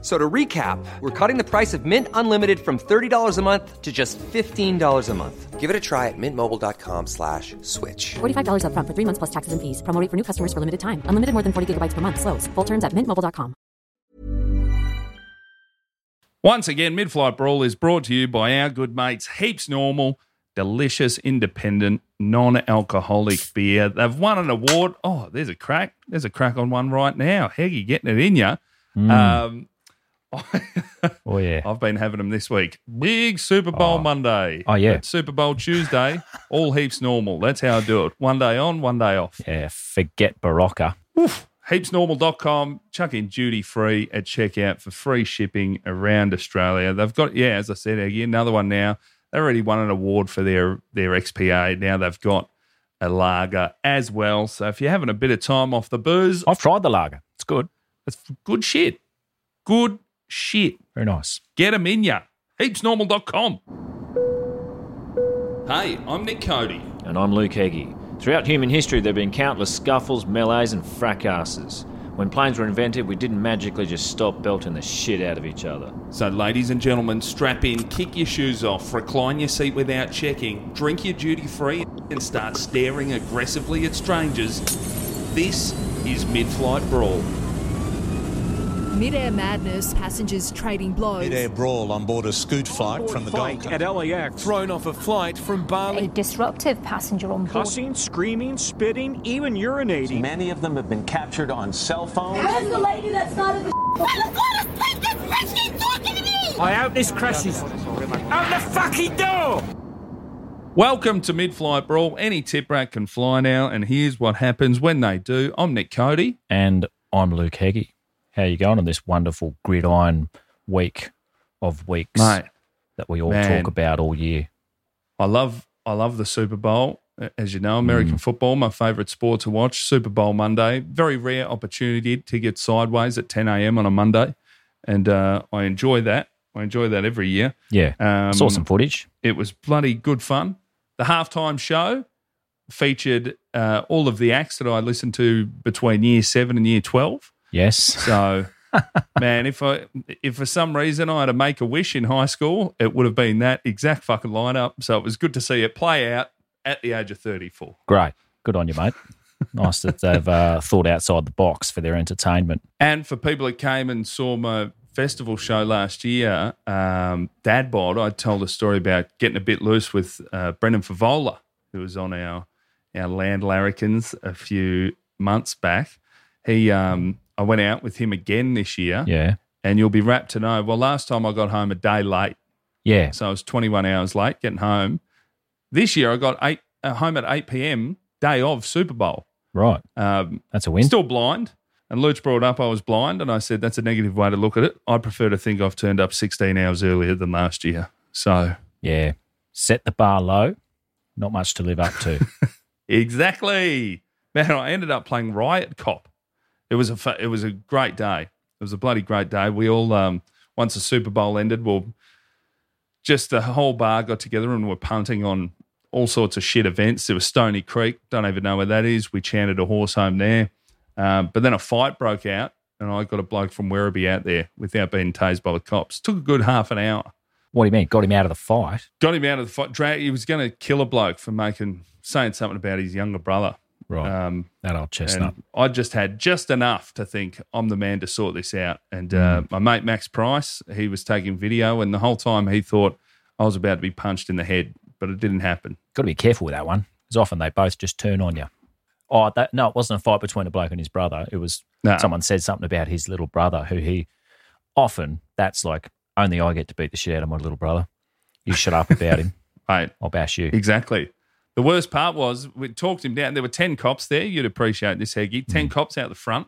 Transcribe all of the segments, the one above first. So to recap, we're cutting the price of Mint Unlimited from $30 a month to just $15 a month. Give it a try at mintmobile.com slash switch. $45 upfront for three months plus taxes and fees. Promo rate for new customers for limited time. Unlimited more than 40 gigabytes per month. Slows. Full terms at mintmobile.com. Once again, Midflight Brawl is brought to you by our good mates, Heaps Normal, delicious, independent, non alcoholic beer. They've won an award. Oh, there's a crack. There's a crack on one right now. Heggy getting it in ya. Hmm. Um, Oh yeah. I've been having them this week. Big Super Bowl Monday. Oh, yeah. But Super Bowl Tuesday, all heaps normal. That's how I do it. One day on, one day off. Yeah, forget Barocca. Heapsnormal.com. Chuck in duty free at checkout for free shipping around Australia. They've got, yeah, as I said, Aggie, another one now. They already won an award for their, their XPA. Now they've got a lager as well. So if you're having a bit of time off the booze, I've tried the lager. It's good. that's good shit. Good shit. Very nice. Get 'em in ya. Heapsnormal.com. Hey, I'm Nick Cody. And I'm Luke Heggie. Throughout human history, there have been countless scuffles, melees, and fracasses. When planes were invented, we didn't magically just stop belting the shit out of each other. So, ladies and gentlemen, strap in, kick your shoes off, recline your seat without checking, drink your duty free, and start staring aggressively at strangers. This is Mid Flight Brawl. Mid-air madness, passengers trading blows. Mid-air brawl on board a scoot flight from the Gold Coast. LAX. Thrown off a flight from A Bali. disruptive passenger on board. Cussing, screaming, spitting, even urinating. Many of them have been captured on cell phones. I hope this crashes. Out the fucking door! Welcome to Mid Flight Brawl. Any tip rat can fly now, and here's what happens when they do. I'm Nick Cody. And I'm Luke Heggie. How you going on this wonderful gridiron week of weeks that we all man. talk about all year? I love I love the Super Bowl. As you know, American football, my favourite sport to watch. Super Bowl Monday, very rare opportunity to get sideways at 10 a.m. on a Monday, and uh, I enjoy that. I enjoy that every year. Yeah. Um, Saw some footage. It was bloody good fun. The halftime show featured uh, all of the acts that I listened to between year seven and year twelve. Yes. So, man, if I if for some reason I had to make a wish in high school, it would have been that exact fucking lineup. So it was good to see it play out at the age of thirty four. Great. Good on you, mate. nice that they've uh, thought outside the box for their entertainment. And for people that came and saw my festival show last year, um, Dad Bod, I told a story about getting a bit loose with uh, Brendan Favola, who was on our our Land Larrikins a few months back. He, um, I went out with him again this year, Yeah. and you'll be rapt to know. Well, last time I got home a day late, Yeah. so I was 21 hours late getting home. This year I got eight uh, home at 8 p.m. day of Super Bowl. Right. Um, That's a win. Still blind. And Luch brought up I was blind, and I said that's a negative way to look at it. I prefer to think I've turned up 16 hours earlier than last year. So yeah. Set the bar low. Not much to live up to. exactly, man. I ended up playing Riot Cop. It was a fa- it was a great day. It was a bloody great day. We all um, once the Super Bowl ended, well, just the whole bar got together and were punting on all sorts of shit events. There was Stony Creek. Don't even know where that is. We chanted a horse home there. Um, but then a fight broke out, and I got a bloke from Werribee out there without being tased by the cops. Took a good half an hour. what do you mean? Got him out of the fight. Got him out of the fight. Drag- he was going to kill a bloke for making saying something about his younger brother. Right. Um, that old chestnut. and I just had just enough to think I'm the man to sort this out. And uh, my mate Max Price, he was taking video, and the whole time he thought I was about to be punched in the head, but it didn't happen. Got to be careful with that one because often they both just turn on you. Oh, that, no, it wasn't a fight between a bloke and his brother. It was No. someone said something about his little brother who he often, that's like, only I get to beat the shit out of my little brother. You shut up about him. Right, I'll bash you. exactly. The worst part was we talked him down. There were ten cops there. You'd appreciate this, Heggy. Ten cops out the front.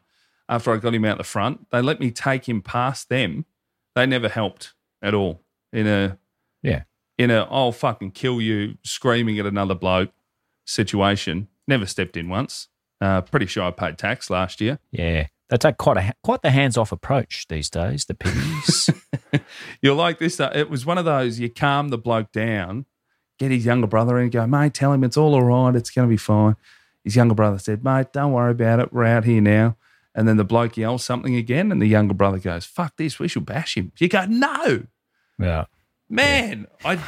After I got him out the front, they let me take him past them. They never helped at all. In a Yeah. in a I'll fucking kill you screaming at another bloke situation. Never stepped in once. Uh, pretty sure I paid tax last year. Yeah. They take quite a quite the hands off approach these days. The piggies. You're like this. Though. It was one of those you calm the bloke down, get his younger brother in and go, mate, tell him it's all all right. It's going to be fine. His younger brother said, mate, don't worry about it. We're out here now. And then the bloke yells something again, and the younger brother goes, fuck this. We should bash him. You go, no, yeah. man. I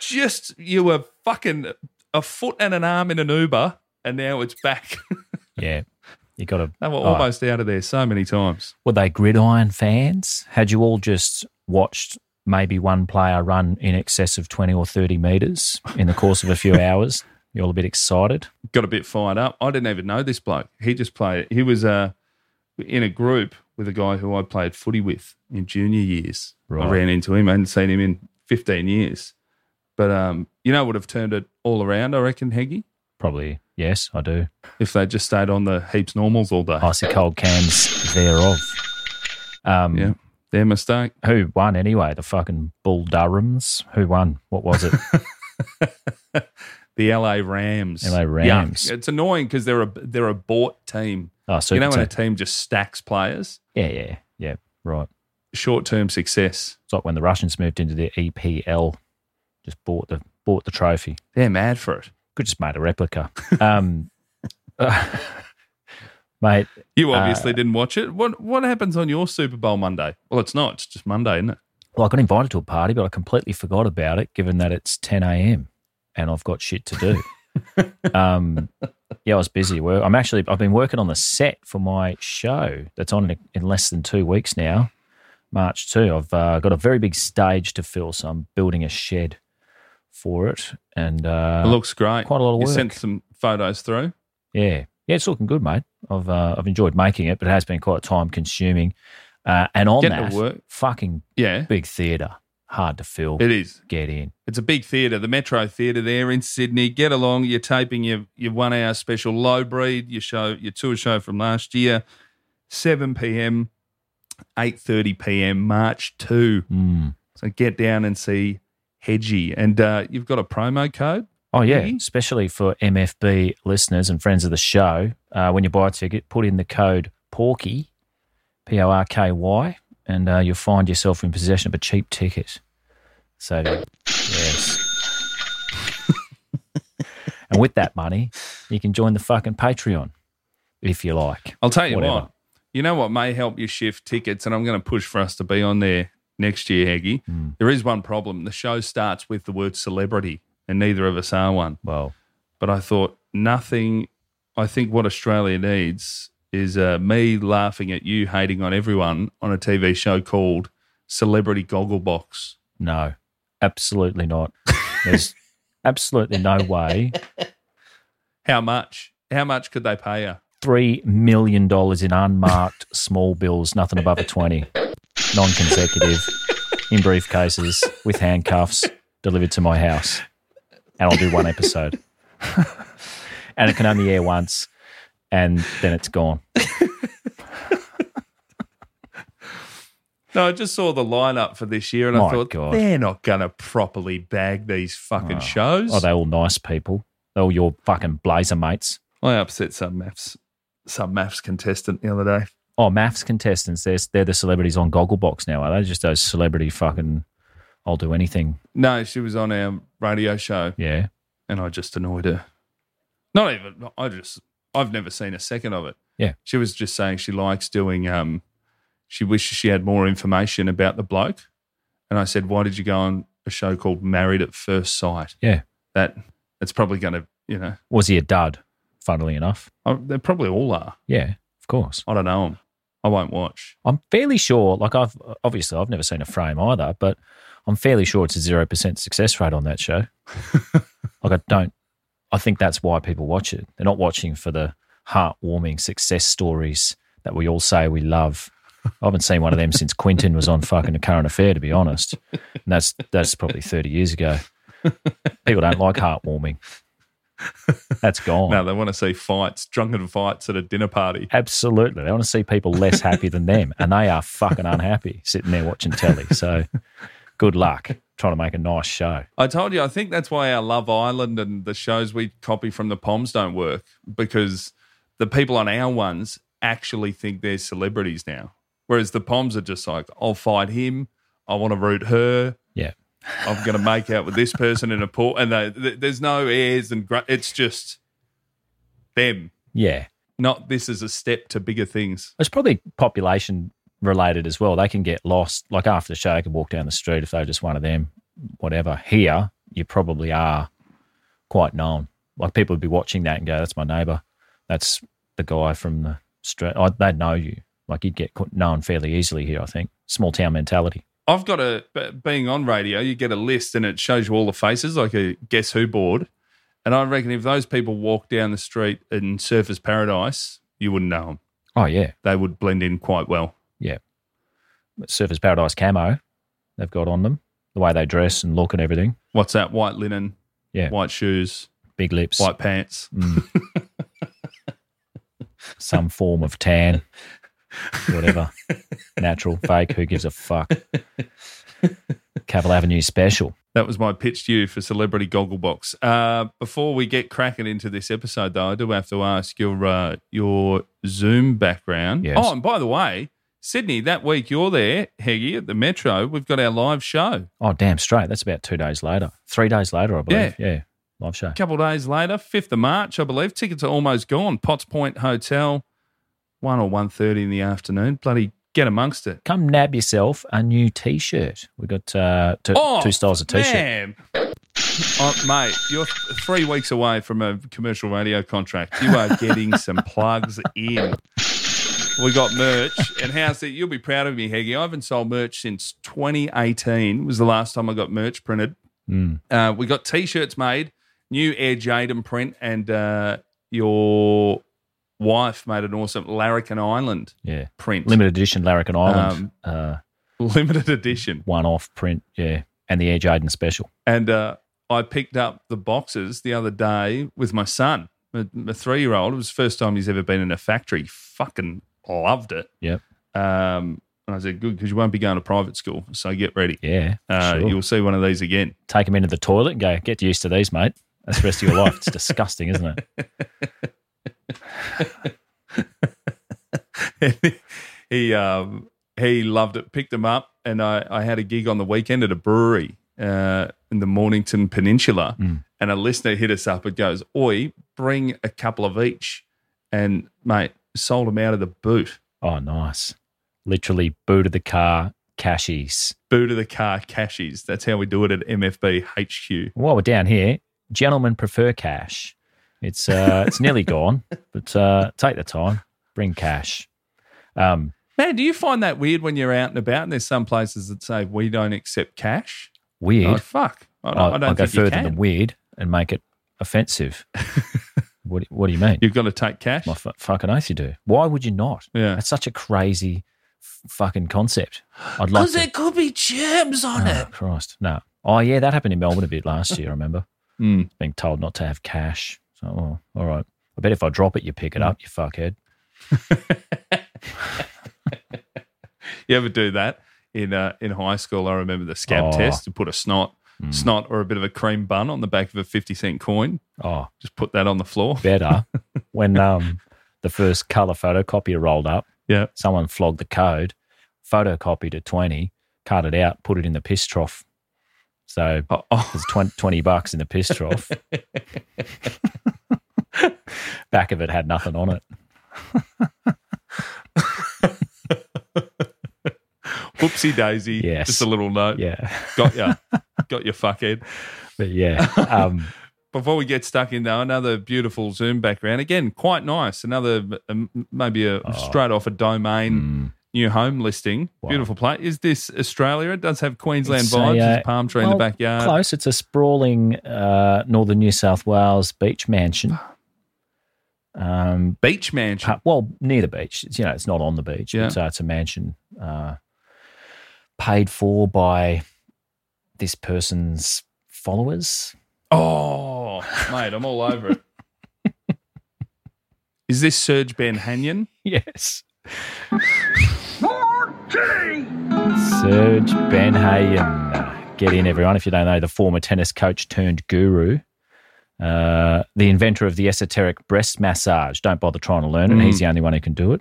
just, you were fucking a foot and an arm in an Uber, and now it's back. Yeah. You oh. got to. they were almost out of there so many times. Were they gridiron fans? Had you all just watched maybe one player run in excess of 20 or 30 metres in the course of a few hours? You're all a bit excited. got a bit fired up. I didn't even know this bloke. He just played. He was uh, in a group with a guy who I played footy with in junior years. I Right. ran into him. I hadn't seen him in 15 years. But um, you know, what would have turned it all around. I reckon, Heggy, Probably, yes, I do. if they just stayed on the heaps normals all day. Icy cold cans thereof. Um, Yeah, their mistake. Who won anyway? The fucking Bull Durhams. Who won? What was it? The LA Rams. LA Rams. Yuck. It's annoying because they're a they're a bought team. Oh, you know when a Supertech. team just stacks players, yeah, yeah, yeah. Right. short term success. It's like when the Russians moved into the EPL, just bought the bought the trophy. They're mad for it. Could just made a replica. Um, uh, mate, You Uh, obviously didn't watch it. What what happens on your Super Bowl Monday? Well, it's not. It's just Monday, isn't it? well, I got invited to a party, but I completely forgot about it, given that it's 10 a.m. and I've got shit to do. um, yeah, I was busy. Work. I'm actually I've been working on the set for my show that's on in, in less than two weeks now, March two. I've uh, got a very big stage to fill, so I'm building a shed for it, and uh, it looks great. quite a lot of You work. sent some photos through. Yeah, yeah, it's looking good, mate. I've uh, I've enjoyed making it, but it has been quite time consuming. Uh, and on Get to that, work. fucking Yeah, big theatre, hard to fill. it is. Get in. It's a big theatre, the Metro Theatre there in Sydney. Get along. You're taping your your one hour special, Low Breed, your show, your tour show from last year, seven p.m., eight thirty p.m. March two. Mm. So get down and see Hedgie, and uh, you've got a promo code. Oh yeah, Really? especially for MFB listeners and friends of the show. Uh, when you buy a ticket, put in the code Porky, P O R K Y, and uh, you'll find yourself in possession of a cheap ticket. So yes. and with that money, you can join the fucking Patreon if you like. I'll tell you Whatever. what. You know what may help you shift tickets, and I'm going to push for us to be on there next year, Heggy. Hmm. There is one problem. The show starts with the word celebrity, and neither of us are one. Well, But I thought nothing. I think what Australia needs is uh, me laughing at you, hating on everyone on a TV show called Celebrity Gogglebox. No, absolutely not. There's absolutely no way. How much? How much could they pay you? Three million dollars in unmarked small bills, nothing above a twenty, non-consecutive, in briefcases with handcuffs, delivered to my house, and I'll do one episode, and it can only air once, and then it's gone. No, I just saw the lineup for this year, and I My thought God. they're not going to properly bag these fucking shows. Are they Oh, all nice people? They're all your fucking blazer mates. I upset some maths, some maths contestant the other day. Oh, maths contestants, they're, they're the celebrities on Gogglebox now, are they? Just those celebrity fucking, I'll do anything. No, she was on our radio show, Yeah. and I just annoyed her. Not even. I just. I've never seen a second of it. Yeah. She was just saying she likes doing. Um, she wishes she had more information about the bloke, and I said, "Why did you go on a show called Married at First Sight? Yeah. That that's probably going to, you know, Was he a dud, funnily enough? I, they probably all are. Yeah, of course. I don't know 'em. I won't watch. I'm fairly sure, like, I've obviously I've never seen a frame either, but I'm fairly sure it's a 0% success rate on that show. like, I don't, I think that's why people watch it. They're not watching for the heartwarming success stories that we all say we love. I haven't seen one of them since Quentin was on fucking a current affair, to be honest. And that's that's probably thirty years ago. People don't like heartwarming. That's gone. No, they want to see fights, drunken fights at a dinner party. Absolutely. They want to see people less happy than them. And they are fucking unhappy sitting there watching telly. So good luck trying to make a nice show. I told you, I think that's why our Love Island and the shows we copy from the Poms don't work because the people on our ones actually think they're celebrities now. Whereas the Poms are just like, I'll fight him. I want to root her. Yeah. I'm going to make out with this person in a pool. And they, th- there's no airs and gr- it's just them. Yeah. Not this is a step to bigger things. It's probably population related as well. They can get lost. Like after the show, they can walk down the street if they're just one of them, whatever. Here, you probably are quite known. Like people would be watching that and go, that's my neighbor. That's the guy from the street. Oh, they'd know you. Like you'd get known fairly easily here, I think. Small town mentality. I've got a b- being on radio, you get a list and it shows you all the faces, like a guess who board. And I reckon if those people walked down the street in Surface Paradise, you wouldn't know them. Oh, yeah. They would blend in quite well. Yeah. Surface Paradise camo they've got on them, the way they dress and look and everything. What's that? White linen, Yeah. white shoes, Big lips. white pants. some form of tan, whatever, natural, fake, who gives a fuck? Cavill Avenue special. That was my pitch to you for Celebrity Gogglebox. Uh, before we get cracking into this episode, though, I do have to ask your uh, your Zoom background. Yes. Oh, and by the way, Sydney, that week you're there, Heggy, at the Metro. We've got our live show. Oh, damn straight. That's about two days later, three days later, I believe. Yeah, live show. A couple of days later, 5th of March, I believe. Tickets are almost gone. Potts Point Hotel, 1 or 1.30 in the afternoon. Bloody get amongst it. Come nab yourself a new T-shirt. We got uh, t- Oh, two styles of T-shirt. man. Oh, mate, you're th- three weeks away from a commercial radio contract. You are getting some plugs in. We got merch, and how's it? You'll be proud of me, Heggy. I haven't sold merch since 2018. Was the last time I got merch printed. Mm, Uh, we got t-shirts made, new Air Jaden print, and uh, your wife made an awesome Larrikin Island Yeah, print, limited edition Larrikin Island uh, limited edition. one-off print. Yeah, and the Air Jaden special. And uh, I picked up the boxes the other day with my son, my, my three year old. It was the first time he's ever been in a factory. Fucking loved it. Yep. Um, and I said, good, because you won't be going to private school. So get ready. Yeah, Uh, sure. You'll see one of these again. Take them into the toilet and go. Get used to these, mate. That's the rest of your life. It's disgusting, isn't it? he um, he loved it. Picked them up, and I, I had a gig on the weekend at a brewery uh, in the Mornington Peninsula. Hmm. And a listener hit us up. It goes, "Oi, bring a couple of each." And mate, sold them out of the boot, Oh, nice. Literally booted the car, cashies. boot of the car, cashies. That's how we do it at MFB HQ. While we're down here, gentlemen prefer cash. It's uh, it's nearly gone, but uh, take the time, bring cash. Um, Man, do you find that weird when you're out and about? And there's some places that say we don't accept cash. Oh weird. fuck! I don't, I'll, I don't I'll go think you further can. than weird and make it offensive. what, do- what do you mean? You've got to take cash. My fu- fucking oath, you do. Why would you not? Yeah. that's such a crazy f- fucking concept. I'd like to. could be germs on Oh, Christ, no. Oh yeah, that happened in Melbourne a bit last year. I remember Hmm. being told not to have cash. So, oh, all right. I bet if I drop it, you pick it Hmm. up. You fuckhead. You ever do that in uh, in high school? I remember the scab Oh. Hmm. test. You put a snot snot or a bit of a cream bun on the back of a fifty cent coin. Oh, Just put that on the floor. better when um, the first color photocopier rolled up. Yeah. Someone flogged the code, photocopied to 20, cut it out, put it in the piss trough. So Oh, oh, there's 20, 20 bucks in the piss trough. Back of it had nothing on it. whoopsie daisy. Yes. Just a little note. Yeah. Got ya. Got your fuckhead. But yeah. Um, Before we get stuck in though, another beautiful Zoom background. Again, quite nice. Another um, maybe a Oh. straight off a domain. Hmm. New home listing, beautiful place. Is this Australia? It does have Queensland It's a, vibes. There's uh, a palm tree in well, the backyard. Close. It's a sprawling uh, northern New South Wales beach mansion. Um, Beach mansion. pa- well, near the beach. It's, you know, it's not on the beach. Yeah. It's, uh, it's a mansion uh, paid for by this person's followers. Oh, mate, I'm all over it. Is this Serge Ben Hanyon? Yes. Serge Benhayen. Get in, everyone. If you don't know, the former tennis coach turned guru uh, the inventor of the esoteric breast massage. Don't bother trying to learn it. He's the only one who can do it.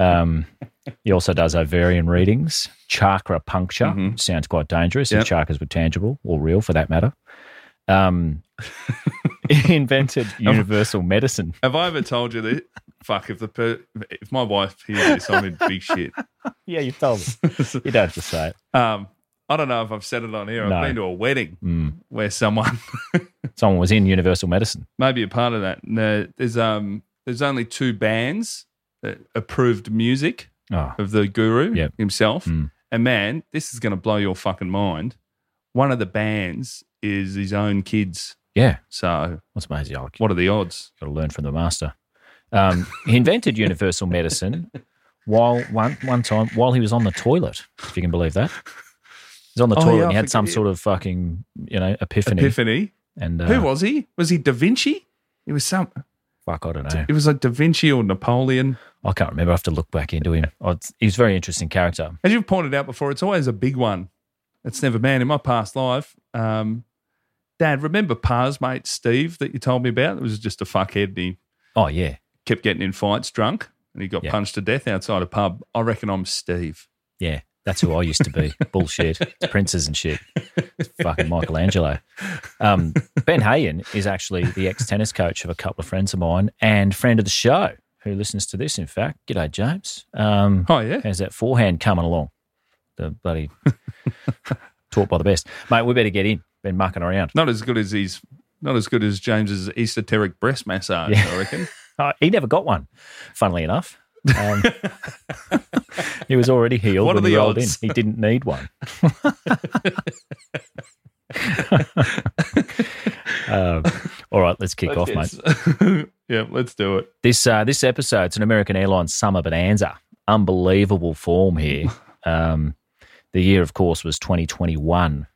Um, he also does ovarian readings, chakra puncture. which Sounds quite dangerous. If chakras were tangible or real, for that matter. Um, he invented universal medicine. Have I ever told you that? Fuck, if the per- if my wife hears this, I'm in big shit. Yeah, you've told me. you don't have to say it. Um, I don't know if I've said it on here. No. I've been to a wedding where someone, Mm. Someone was in universal medicine. maybe a part of that. No, there's um, there's only two bands that approved music Oh, of the guru Yep. himself. Mm. And man, this is going to blow your fucking mind. One of the bands is his own kids. yeah. So That's amazing. I what are the odds? Got to learn from the master. Um, he invented universal medicine while one one time while he was on the toilet, if you can believe that. He's on the Oh, toilet yeah, and he I had some forget- sort of fucking you know epiphany. Epiphany. And uh, Who was he? Was he Da Vinci? It was some. fuck, I don't know. It was like Da Vinci or Napoleon. I can't remember. I have to look back into him. Oh, it's- he was a very interesting character. As you've pointed out before, it's always a big one. It's never man. In my past life, um, Dad, remember Pa's mate Steve that you told me about? It was just a fuckhead and he Oh yeah, kept getting in fights drunk and he got Yeah. punched to death outside a pub. I reckon I'm Steve. yeah. That's who I used to be. Bullshit. It's princes and shit. It's fucking Michelangelo. Um, ben Hayen is actually the ex tennis coach of a couple of friends of mine and friend of the show who listens to this. In fact, g'day James. Um, Oh, yeah. How's that forehand coming along? The bloody taught by the best, mate. We better get in. Been mucking around. Not as good as he's not as good as James's esoteric breast massage, I reckon. Uh, he never got one. Funnily enough, um, he was already healed What are when he the rolled odds? in. He didn't need one. um, all right, let's Oh, kick off, mate. yeah, let's do it. This uh, this episode's an American Airlines summer bonanza. Unbelievable form here. Um, the year, of course, was 2021.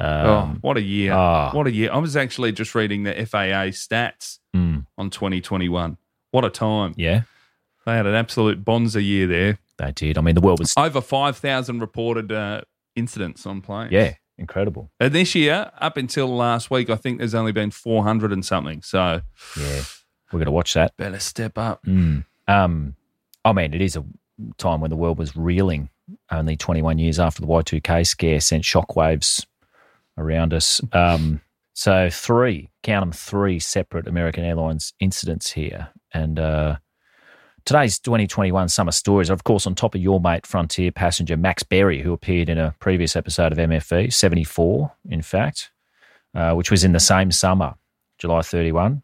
oh, what a year. ah. what a year. I was actually just reading the FAA stats Mm, on 2021. What a time. yeah, They had an absolute bonza year there. they did. I mean, the world was Over 5,000 reported uh, incidents on planes. yeah, incredible. And this year, up until last week, I think there's only been 400 and something. So Yeah, we're gonna watch that. better step up. Mm. Um, I mean, it is a time when the world was reeling. Only 21 years after the Y2K scare sent shockwaves around us. Um, so three, count them, three separate American Airlines incidents here. And uh, today's 2021 summer stories are, of course, on top of your mate Frontier passenger Max Berry, who appeared in a previous episode of MFE 74, in fact, uh, which was in the same summer, July 31.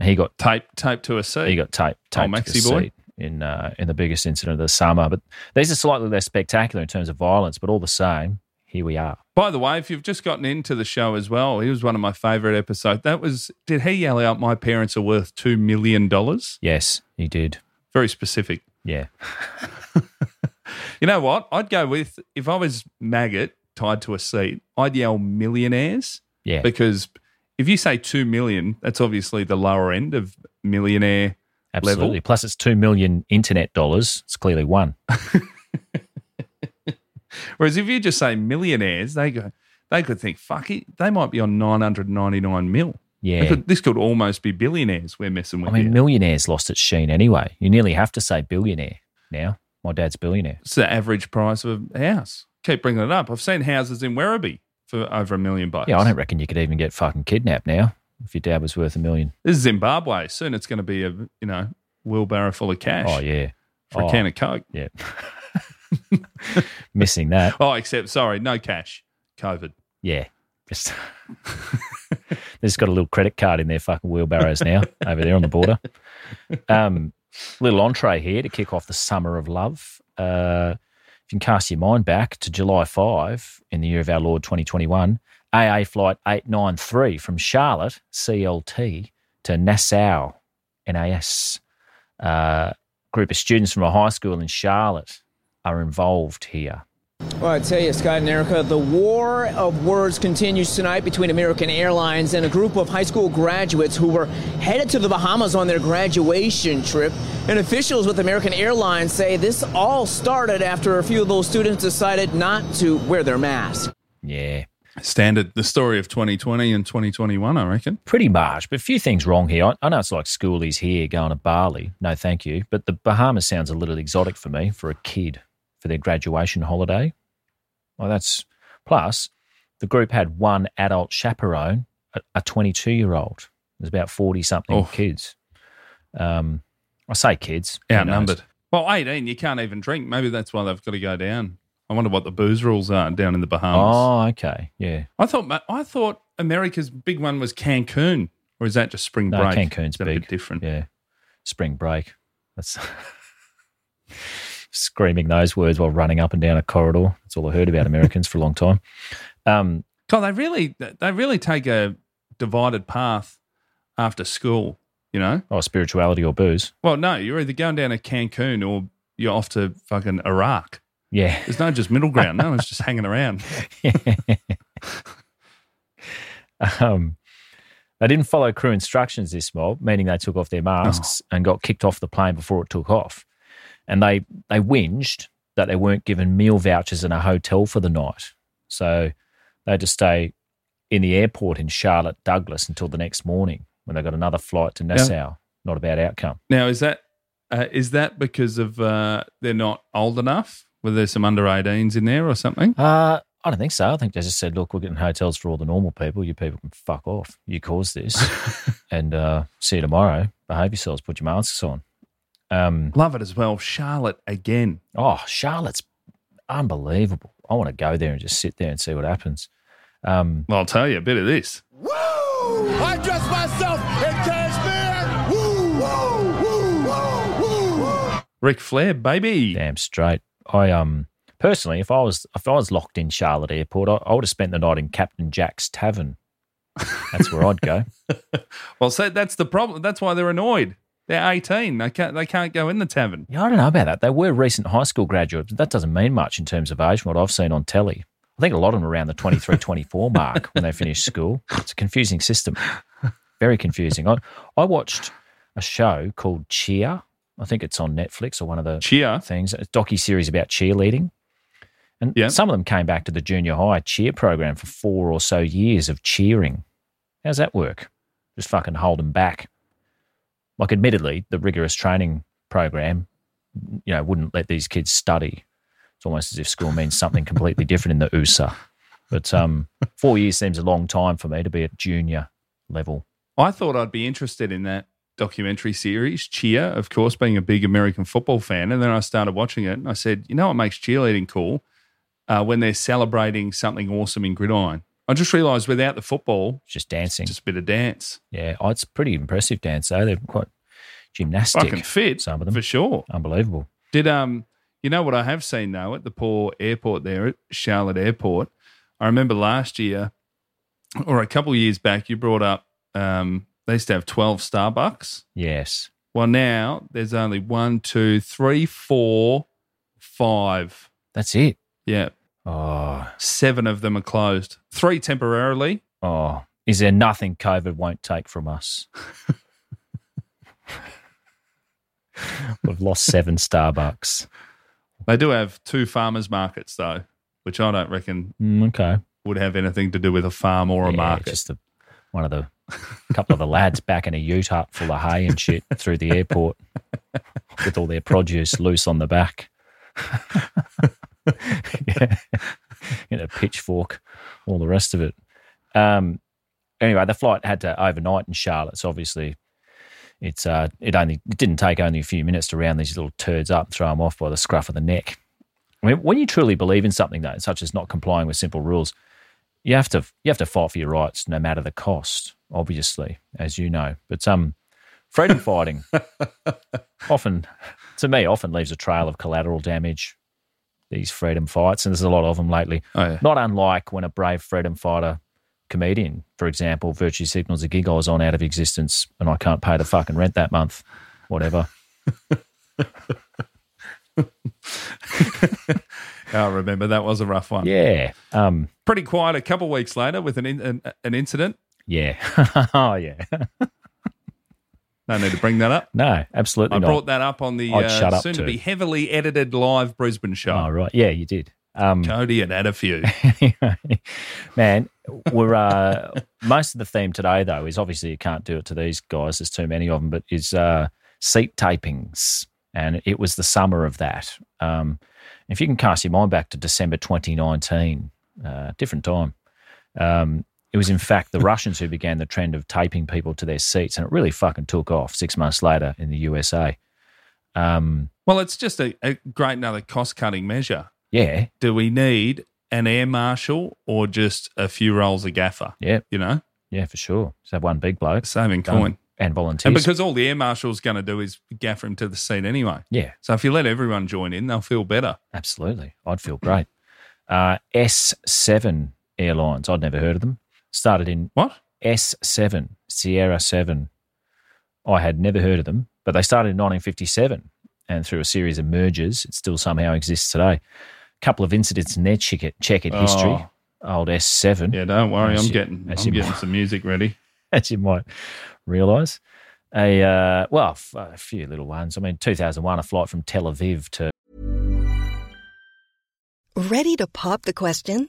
And he got Tape, tape to a seat. he got taped, taped Oh, to the Maxi boy. seat in uh, in the biggest incident of the summer. But these are slightly less spectacular in terms of violence, but all the same, here we are. By the way, if you've just gotten into the show as well, he was one of my favorite episodes. That was, did he yell out, My parents are worth $2 million? Yes, he did. Very specific. Yeah, You know what? I'd go with, if I was maggot tied to a seat, I'd yell millionaires. yeah, because if you say two million, that's obviously the lower end of millionaire. absolutely. level. Plus, it's two million internet dollars. It's clearly one. Whereas if you just say millionaires, they go, they could think, fuck it, they might be on nine hundred ninety nine mil. They Yeah, could- this could almost be billionaires. We're messing I with mean, here. millionaires lost its sheen anyway. You nearly have to say billionaire now. My dad's billionaire. It's the average price of a house. Keep bringing it up. I've seen houses in Werribee for over a million bucks. Yeah, I don't reckon you could even get fucking kidnapped now if your dad was worth a million. This is Zimbabwe. Soon it's going to be a you know wheelbarrow full of cash Oh yeah, for Oh, a can of coke. yeah. Missing that. Oh, except sorry, no cash. COVID. Yeah. Just they've got a little credit card in their fucking wheelbarrows now over there on the border. Um, little entree here to kick off the summer of love. Uh, if you can cast your mind back to July 5 in the year of our Lord 2021, AA Flight 893 from Charlotte, CLT, to Nassau, NAS. Uh, group of students from a high school in Charlotte are involved here. Well, I tell you, Scott and Erica, the war of words continues tonight between American Airlines and a group of high school graduates who were headed to the Bahamas on their graduation trip. And officials with American Airlines say this all started after a few of those students decided not to wear their masks. Yeah. Standard, the story of 2020 and 2021, I reckon. Pretty much, but a few things wrong here. I, I know it's like schoolies here going to Bali. No, thank you. But the Bahamas sounds a little exotic for me for a kid for their graduation holiday. Well, that's plus the group had one adult chaperone, a 22 year old. There's about 40 something Oh. kids. Um, I say kids. who knows? Outnumbered. Well, 18, you can't even drink. Maybe that's why they've got to go down. I wonder what the booze rules are down in the Bahamas. Oh, okay. Yeah. I thought ma- I thought America's big one was Cancun, or is that just spring No, break? Cancun's Is that a big. bit different. Yeah. Spring break. That's screaming those words while running up and down a corridor. That's all I heard about Americans for a long time. Um, God, they really they really take a divided path after school. You know, oh, spirituality or booze. well, no, you're either going down to Cancun or you're off to fucking Iraq. Yeah. There's no just middle ground. No one's just hanging around. Um, they didn't follow crew instructions this mob, meaning they took off their masks and got kicked off the plane before it took off. And they they whinged that they weren't given meal vouchers in a hotel for the night, so they had to stay in the airport in Charlotte Douglas until the next morning when they got another flight to Nassau. Not a bad outcome. Now, is that uh, is that because of uh, they're not old enough? Were there some under 18s in there or something? Uh, I don't think so. I think they just said, "Look, we're getting hotels for all the normal people. You people can fuck off. You caused this, and uh, see you tomorrow. Behave yourselves. Put your masks on." Um, Love it as well. Charlotte again. Oh, Charlotte's unbelievable. I want to go there and just sit there and see what happens. Um, Well, I'll tell you a bit of this. I dress myself in cashmere. Woo, woo, woo, woo, woo, woo. Ric Flair, baby. damn straight. I um personally, if I was if I was locked in Charlotte Airport, I, I would have spent the night in Captain Jack's Tavern. That's where I'd go. Well, so that's the problem. That's why they're annoyed. They're 18. They can't, they can't go in the tavern. Yeah, I don't know about that. They were recent high school graduates, but that doesn't mean much in terms of age from what I've seen on telly. I think a lot of them are around the 23, 24 mark when they finish school. It's a confusing system. Very confusing. I, I watched a show called Cheer. I think it's on Netflix or one of the Cheer. things, a docu series about cheerleading. And Yeah. some of them came back to the junior high cheer program for four or so years of cheering. How's that work? Just fucking hold them back. Like, admittedly, the rigorous training program, you know, wouldn't let these kids study. It's almost as if school means something completely different in the USA. But um, four years seems a long time for me to be at junior level. I thought I'd be interested in that documentary series, Cheer, of course, being a big American football fan. And then I started watching it and I said, you know what makes cheerleading cool? Uh, when they're celebrating something awesome in gridiron. I just realized without the football, It's just dancing. just a bit of dance. yeah, oh, it's pretty impressive dance, though. They're quite gymnastic. Fucking fit, Some of them. for sure. Unbelievable. Did um, you know what I have seen though at the poor airport there at Charlotte Airport? I remember last year, or a couple of years back, you brought up um, they used to have twelve Starbucks. Yes. Well, now there's only one, two, three, four, five. That's it. Yeah, Oh, seven of them are closed. Three temporarily. oh. Is there nothing COVID won't take from us? We've lost seven Starbucks. They do have two farmers markets though, which I don't reckon Mm, okay. would have anything to do with a farm or a Yeah, market. Just the, one of the couple of the lads back in a ute hut full of hay and shit through the airport with all their produce loose on the back. yeah. You know, pitchfork, all the rest of it. Um, anyway, the flight had to overnight in Charlotte, so obviously it's uh, it only it didn't take only a few minutes to round these little turds up and throw them off by the scruff of the neck. I mean, when you truly believe in something though, such as not complying with simple rules, you have to you have to fight for your rights no matter the cost, obviously, as you know. But um, freedom fighting often, to me, often leaves a trail of collateral damage. These freedom fights, and there's a lot of them lately. Oh, yeah. Not unlike when a brave freedom fighter comedian, for example, virtue signals a gig I was on out of existence, and I can't pay the fucking rent that month, whatever. I remember that was a rough one. Yeah, um, pretty quiet a couple of weeks later with an, in, an an incident. yeah, oh yeah. No need to bring that up. No, absolutely I not. brought that up on the I'd shut uh, up soon to too. be heavily edited live Brisbane show. Oh right, yeah, you did. Um, Cody had had a few. man, we're uh, most of the theme today though is obviously you can't do it to these guys. There's too many of them, but is uh, seat tapings, and it was the summer of that. Um, if you can cast your mind back to December 2019, uh, different time. Um, it was in fact the Russians who began the trend of taping people to their seats, and it really fucking took off six months later in the USA. Um, well, it's just a, a great another cost cutting measure. Yeah. Do we need an air marshal or just a few rolls of gaffer? Yeah. You know? Yeah, for sure. So one big bloke. Saving coin. and volunteers. And because all the air marshal's going to do is gaffer him to the seat anyway. Yeah. So if you let everyone join in, they'll feel better. Absolutely. I'd feel great. Uh, S7 Airlines. I'd never heard of them. Started in what? S7, Sierra 7. I had never heard of them, but they started in 1957 and through a series of mergers, it still somehow exists today. A couple of incidents in their checkered, checkered Oh. history. Old S7. Yeah, don't worry. As I'm you- getting I'm as you getting some music ready. as you might realise. A uh, well, f- a few little ones. I mean, 2001, a flight from Tel Aviv to Ready to pop the question?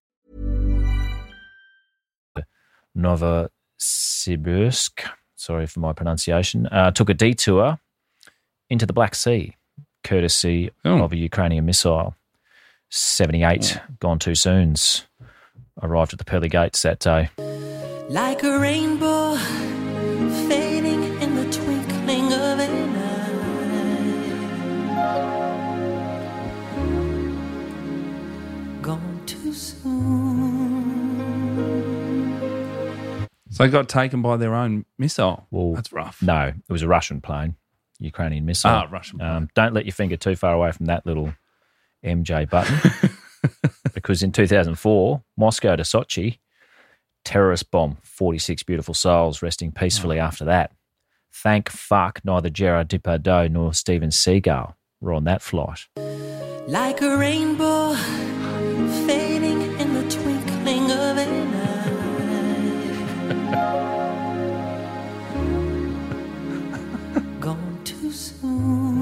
Novosibirsk. Sorry for my pronunciation. Uh, took a detour into the Black Sea, courtesy Oh. of a Ukrainian missile. 78 gone too soon's arrived at the pearly gates that day. Like a rainbow fading in the twinkling of an eye. Gone too soon. So they got taken by their own missile. Well, That's rough. No, it was a Russian plane, Ukrainian missile. Ah, Russian plane. Um, don't let your finger too far away from that little MJ button, because in 2004, Moscow to Sochi, terrorist bomb, 46 beautiful souls resting peacefully Ah. after that. Thank fuck, neither Gerard Depardieu nor Steven Seagal were on that flight. Hmm. Like a rainbow fading in the twinkling of an eye. Gone too soon.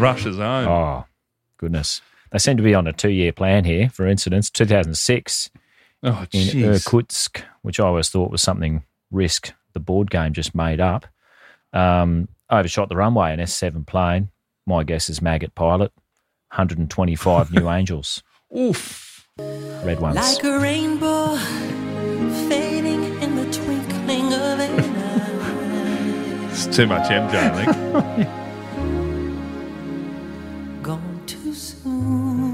Russia's own. Oh, goodness. They seem to be on a two year plan here, for instance. 2006 Oh, in jeez. Irkutsk, which I always thought was something Risk, the board game, just made up. Um, overshot the runway, an S7 plane. My guess is maggot pilot. 125 new angels, Oof. red ones. Like a rainbow fading in the twinkling of an It's too much MJ, I think. Oh, eye. Gone too soon.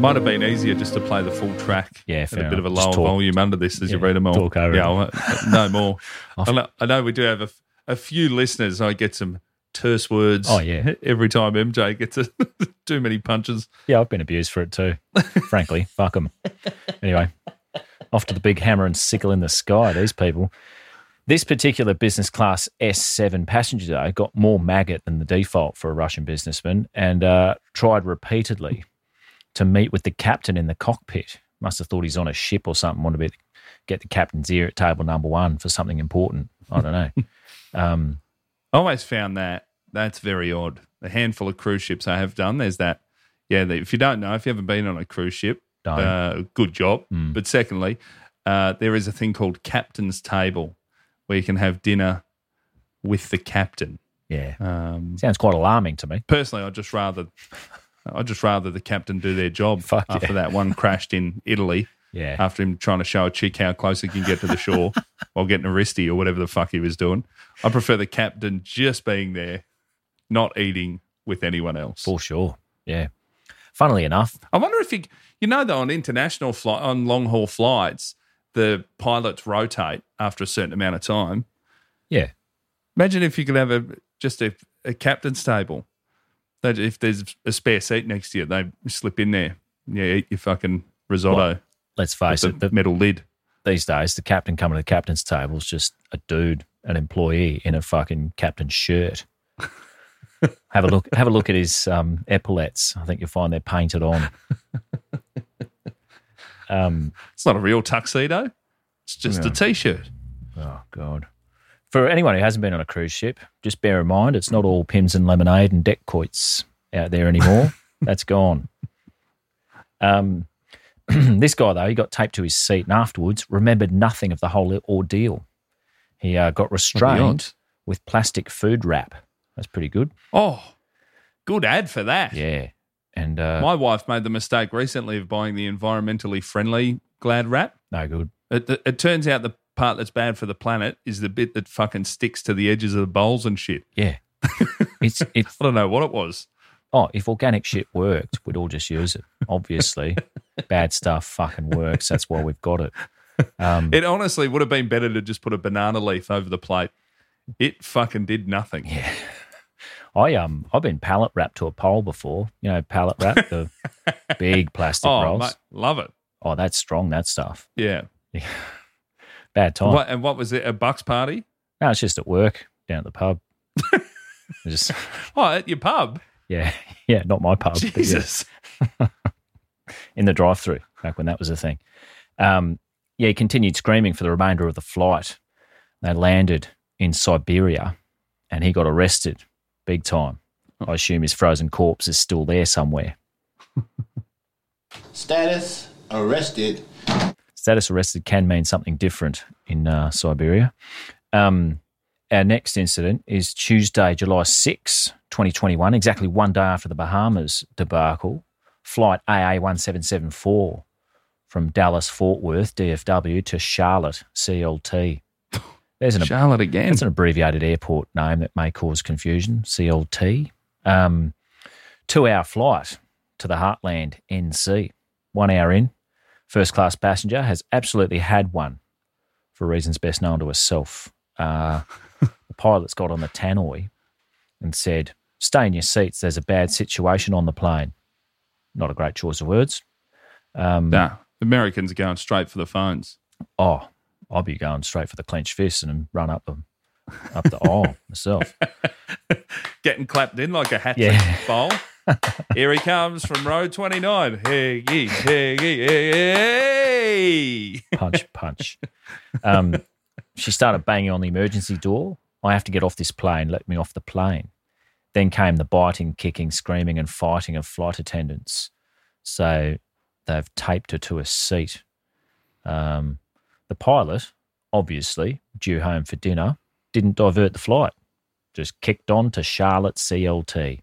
Might have been easier just to play the full track. Yeah, at fair a bit of a enough. Just lower talk- volume under this as you yeah, read them all. talk over yeah, it. I won't- no more. I know, I know we do have a, f- a few listeners. I get some terse words. Oh, yeah. every time MJ gets a, too many punches. Yeah, I've been abused for it too. Frankly, fuck 'em. Anyway, off to the big hammer and sickle in the sky, these people. This particular business class S7 passenger, though, got more maggot than the default for a Russian businessman and uh, tried repeatedly to meet with the captain in the cockpit. Must have thought he's on a ship or something, wanted to be, get the captain's ear at table number one for something important. I don't know. Um, I always found that that's very odd. The handful of cruise ships I have done, there's that. Yeah, that if you don't know, if you haven't been on a cruise ship, Don't. Hmm. uh, good job. But secondly, uh, there is a thing called captain's table where you can have dinner with the captain. yeah. Um, Sounds quite alarming to me. personally, I'd just rather, I'd just rather the captain do their job Fuck after yeah. that one crashed in Italy. Yeah. After him trying to show a chick how close he can get to the shore while getting a wristy or whatever the fuck he was doing. I prefer the captain just being there, not eating with anyone else. For sure. Yeah. Funnily enough, I wonder if you, you know, though, on international flight, on long haul flights, the pilots rotate after a certain amount of time. yeah. Imagine if you could have a just a, a captain's table. That if there's a spare seat next to you, they slip in there. Yeah, eat your fucking risotto. Well, let's face with it, the the- metal lid. These days, the captain coming to the captain's table is just a dude, an employee in a fucking captain's shirt. have a look. Have a look at his um, epaulets. I think you'll find they're painted on. Um, It's not a real tuxedo. It's just a Yeah. t-shirt. Oh God. For anyone who hasn't been on a cruise ship, just bear in mind it's not all pims and lemonade and deck coits out there anymore. That's gone. Um, this guy though, he got taped to his seat and afterwards remembered nothing of the whole ordeal. He uh, got restrained odds? with plastic food wrap. That's pretty good. Oh, good ad for that. Yeah, and uh, My wife made the mistake recently of buying the environmentally friendly Glad wrap. no good. It, it, it turns out the part that's bad for the planet is the bit that fucking sticks to the edges of the bowls and shit. Yeah, it's it. I don't know what it was. Oh, if organic shit worked, we'd all just use it. Obviously, bad stuff fucking works. That's why we've got it. Um, It honestly would have been better to just put a banana leaf over the plate. It fucking did nothing. I um I've been pallet wrapped to a pole before. You know, pallet wrap the big plastic oh, rolls. mate, love it. Oh, that's strong. That stuff. Yeah. Bad time. What, and what was it? A bucks party? No, it's just at work down at the pub. just Oh, at your pub. yeah, yeah, not my pub. but yeah, Jesus. in the drive-through back when that was a thing. Um, yeah, he continued screaming for the remainder of the flight. They landed in Siberia, and he got arrested, big time. I assume his frozen corpse is still there somewhere. Status arrested. status arrested can mean something different in uh, Siberia. Um, our next incident is Tuesday, July 6, 2021, exactly one day after the Bahamas debacle. Flight AA 1774 from Dallas Fort Worth, DFW, to Charlotte, CLT. There's an, Charlotte again. It's an abbreviated airport name that may cause confusion, CLT. Um, two hour flight to the Heartland, NC. One hour in, first class passenger has absolutely had one for reasons best known to herself. Uh, the pilot's got on the tannoy and said, Stay in your seats. There's a bad situation on the plane. Not a great choice of words. Um, Nah, Americans are going straight for the phones. oh, I'll be going straight for the clenched fist and run up them up the aisle myself. Getting clapped in like a hat Yeah. bowl. Here he comes from row 29. Hey, hey, hey, hey, hey. Punch, punch. Um, she started banging on the emergency door. I have to get off this plane. Let me off the plane. Then came the biting, kicking, screaming, and fighting of flight attendants. So they've taped her to a seat. Um, the pilot, obviously due home for dinner, didn't divert the flight. Just kicked on to Charlotte CLT.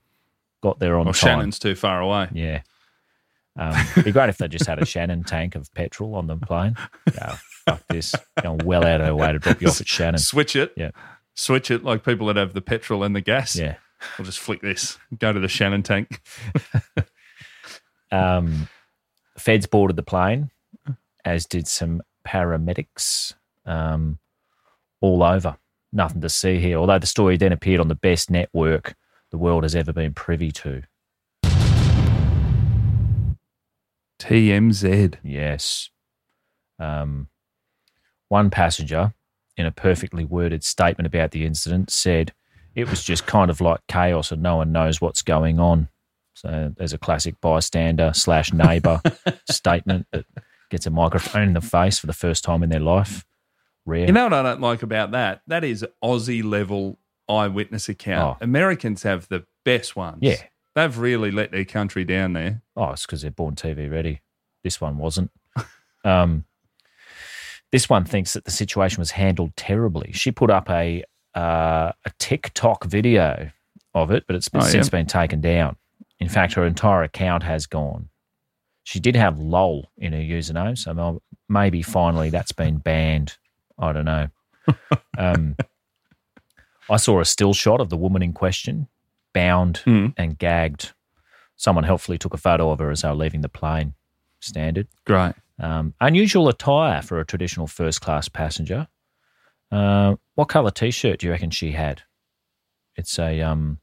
Got there on Well, time. Shannon's too far away. Yeah. Um, it'd be great if they just had a Shannon tank of petrol on the plane. No, fuck this. Going well out of our way to drop you off at Shannon. Switch it. Yeah. Switch it like people that have the petrol and the gas. Yeah. I'll just flick this. Go to the Shannon tank. Um, feds boarded the plane, as did some paramedics um, all over. Nothing to see here, although the story then appeared on the best network the world has ever been privy to. TMZ. Yes. Um, one passenger, in a perfectly worded statement about the incident, said it was just kind of like chaos and no one knows what's going on. So there's a classic bystander slash neighbor statement that gets a microphone in the face for the first time in their life. Rare. You know what I don't like about that? That is Aussie level eyewitness account. Americans have the best ones. Yeah. They've really let their country down there. Oh, it's because they're born TV ready. This one wasn't. Um, this one thinks that the situation was handled terribly. She put up a uh, a TikTok video of it, but it's been, Oh, yeah. since been taken down. In fact, her entire account has gone. She did have LOL in her username, so mo- maybe finally that's been banned. I don't know. Um, I saw a still shot of the woman in question, bound Mm. and gagged. Someone helpfully took a photo of her as they were leaving the plane. Standard. Great. Um, unusual attire for a traditional first class passenger. Uh, what colour t shirt do you reckon she had? It's a um,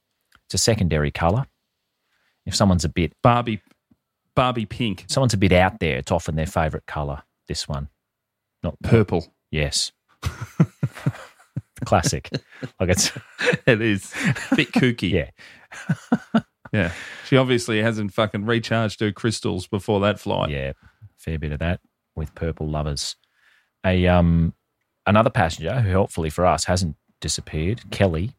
it's a secondary colour. If someone's a bit Barbie Barbie pink. Someone's a bit out there. It's often their favorite color. This one, not Purple. Yes. Classic. like it's it is a bit kooky. yeah. yeah. She obviously hasn't fucking recharged her crystals before that flight. Yeah. Fair bit of that with purple lovers. A um another passenger who helpfully for us hasn't disappeared, Kelly,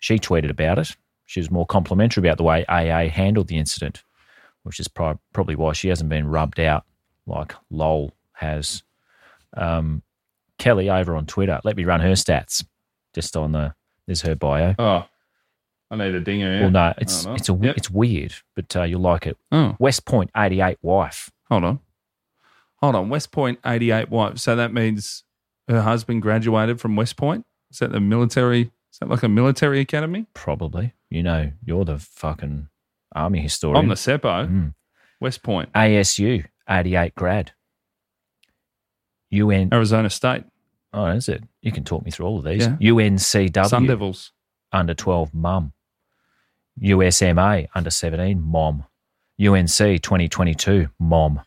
she tweeted about it. She was more complimentary about the way AA handled the incident, which is prob- probably why she hasn't been rubbed out like LOL has. Um, Kelly over on Twitter, let me run her stats just on the, there's her bio. Oh, I need a dinger. Yeah. Well, no, it's Hold on. it's a Yep. it's weird, but uh, you'll like it. Oh. West Point eighty eight wife. Hold on. Hold on. West Point 88 wife. So that means her husband graduated from West Point? Is that the military? Is that like a military academy? Probably. You know, you're the fucking army historian. I'm the Seppo. Mm. West Point, ASU, 88 grad. UN. Arizona State, Oh, is it? You can talk me through all of these. Yeah. UNCW, Sun Devils. under 12 mum. USMA, under 17 mom. UNC 2022 mom.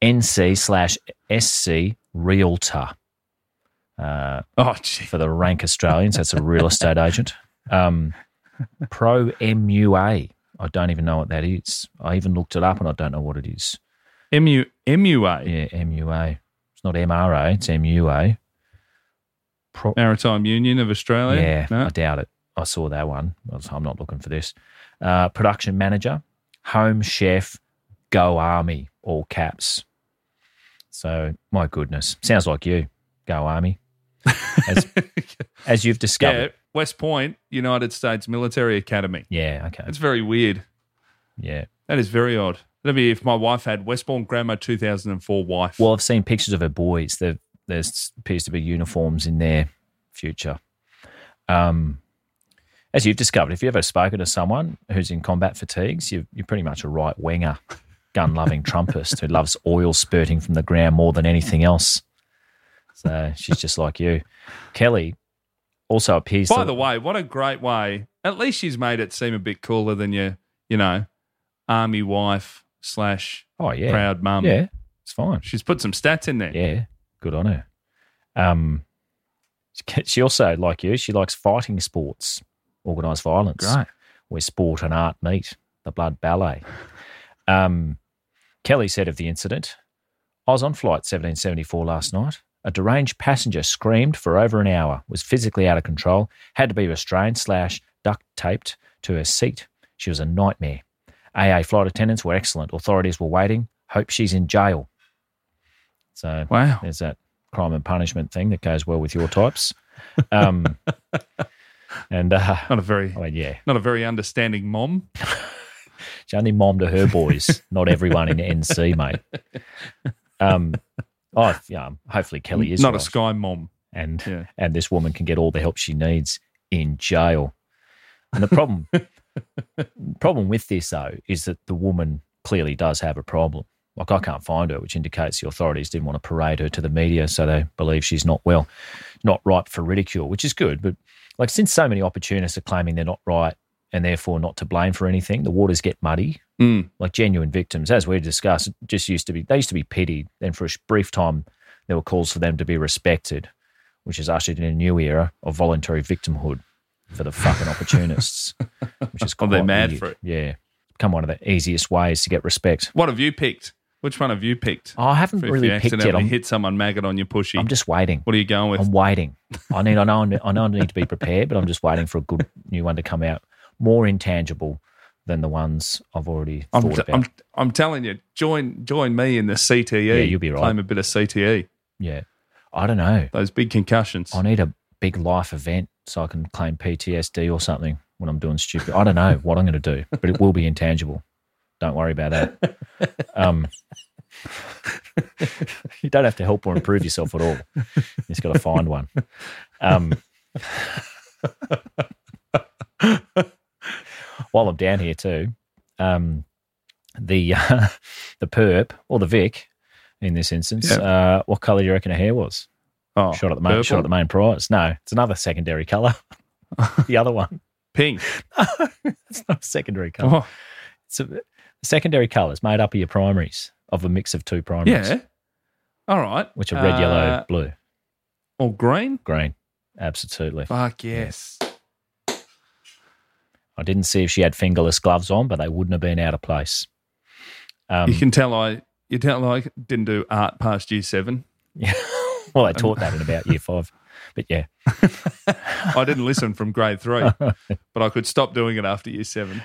NC slash SC realtor. Uh, oh, gee. For the rank Australians, that's a real estate agent. Um, Pro MUA. I don't even know what that is. I even looked it up and I don't know what it is. MU, MUA, Yeah, MUA. It's not MRA, it's MUA. Pro- Maritime Union of Australia. yeah, No? I doubt it. I saw that one. I was- I'm not looking for this. Uh, production manager, home chef, go army, all caps. So, my goodness, sounds like you, go army. As, as you've yeah, discovered. West Point, United States Military Academy. Yeah, okay. That's very weird. Yeah. That is very odd. That'd be if my wife had Westbourne Grammar 2004 wife. Well, I've seen pictures of her boys. There, there appears to be uniforms in their future. Um, as you've discovered, if you've ever spoken to someone who's in combat fatigues, you, you're pretty much a right winger, gun loving Trumpist who loves oil spurting from the ground more than anything else. So she's just like you. Kelly also appears By to. the way, what a great way. At least she's made it seem a bit cooler than your, you know, army wife slash oh, yeah. proud um, mum. Yeah, it's fine. She's put some stats in there. Yeah, good on her. Um, she also, like you, she likes fighting sports, organised violence, Great. where sport and art meet, the blood ballet. Um, Kelly said of the incident, I was on flight 1774 last night. A deranged passenger screamed for over an hour, was physically out of control, had to be restrained slash duct taped to her seat. She was a nightmare. AA flight attendants were excellent. Authorities were waiting. Hope she's in jail. So Wow. there's that crime and punishment thing that goes well with your types. Um, and uh, Not a very I mean, yeah, not a very understanding mom. she only mom to her boys, not everyone in NC, mate. Um, oh, yeah, um, hopefully Kelly is not right. a sky mom. and Yeah. and this woman can get all the help she needs in jail. And the problem problem with this though is that the woman clearly does have a problem. Like I can't find her, which indicates the authorities didn't want to parade her to the media, so they believe she's not well, not ripe for ridicule, which is good. But like since so many opportunists are claiming they're not right and therefore not to blame for anything, the waters get muddy Mm. like genuine victims, as we discussed, just used to be they used to be pitied. Then for a sh- brief time, there were calls for them to be respected, which has ushered in a new era of voluntary victimhood for the fucking opportunists, which is Oh, quite they're mad weird. for it. Yeah, become one of the easiest ways to get respect. What have you picked? Which one have you picked? I haven't If really you picked yet. accidentally I'm, hit someone maggot on your pushy. I'm just waiting. what are you going with? I'm waiting. I need. I know. I know. I need to be prepared, but I'm just waiting for a good new one to come out, more intangible than the ones I've already I'm, thought t- about. I'm, I'm telling you, join join me in the CTE. Yeah, you'll be right. Claim a bit of CTE. yeah, I don't know. Those big concussions. I need a big life event so I can claim PTSD or something when I'm doing stupid. I don't know what I'm going to do, but it will be intangible. Don't worry about that. Um, you don't have to help or improve yourself at all. You just got to find one. Um, while I'm down here too, um, the the perp or the vic in this instance, Yeah. uh, what color do you reckon her hair was? oh, shot at the main shot at the main prize. No, it's another secondary color. the other one. pink. It's not a secondary color. Oh, It's a, secondary colors made up of your primaries, of a mix of two primaries. Yeah. All right. Which are red, yellow, Uh, blue. Or green? Green. Absolutely. Fuck yes. I didn't see if she had fingerless gloves on, but they wouldn't have been out of place. Um, you can tell I you tell I didn't do art past year seven. Yeah. Well, they taught that in about year five. But yeah. I didn't listen from grade three, but I could stop doing it after year seven.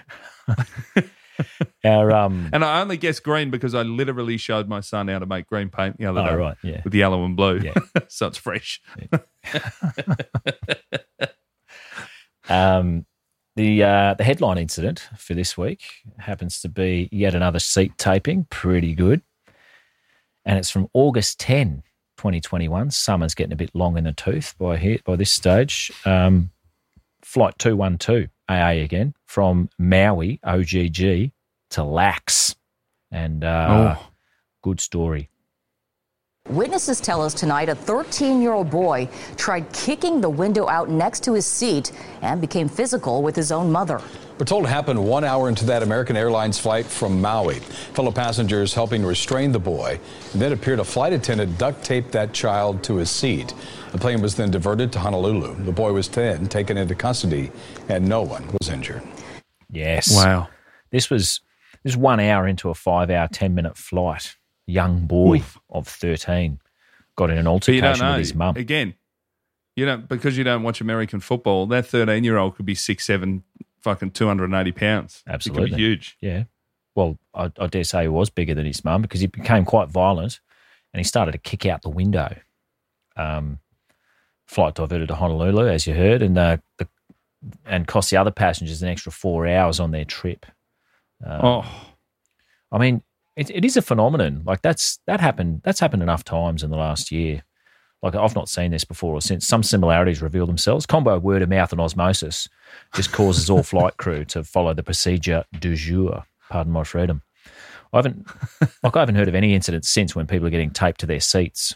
Our, um, And I only guessed green because I literally showed my son how to make green paint the other Oh, day. right, yeah. With yellow and blue. Yeah. so it's fresh. um, the uh, the headline incident for this week happens to be yet another seat taping, pretty good, and it's from August 10, 2021. Summer's getting a bit long in the tooth by here by this stage. Um, flight 212 AA again from Maui OGG to Lax, and uh, good story. Witnesses tell us tonight a 13 year old boy tried kicking the window out next to his seat and became physical with his own mother. We're told it happened one hour into that American Airlines flight from Maui. Fellow passengers helping restrain the boy. And then appeared a flight attendant duct taped that child to his seat. The plane was then diverted to Honolulu. The boy was then taken into custody, and no one was injured. Yes. Wow. This was this was one hour into a five hour, ten minute flight. Young boy of thirteen got in an But you altercation don't know. with his mum. Again, you don't because you don't watch American football, that thirteen year old could be six, seven, fucking two hundred and eighty pounds. He could be Absolutely. huge. Yeah. Well, I, I dare say he was bigger than his mum because he became quite violent and he started to kick out the window. Um, flight diverted to Honolulu, as you heard, and uh, the and cost the other passengers an extra four hours on their trip. Um, oh, I mean, it, it is a phenomenon. Like that's that happened. That's happened enough times in the last year. Like I've not seen this before or since. Some similarities reveal themselves. Combo of word of mouth and osmosis just causes all flight crew to follow the procedure du jour. Pardon my freedom. I haven't like I haven't heard of any incidents since when people are getting taped to their seats.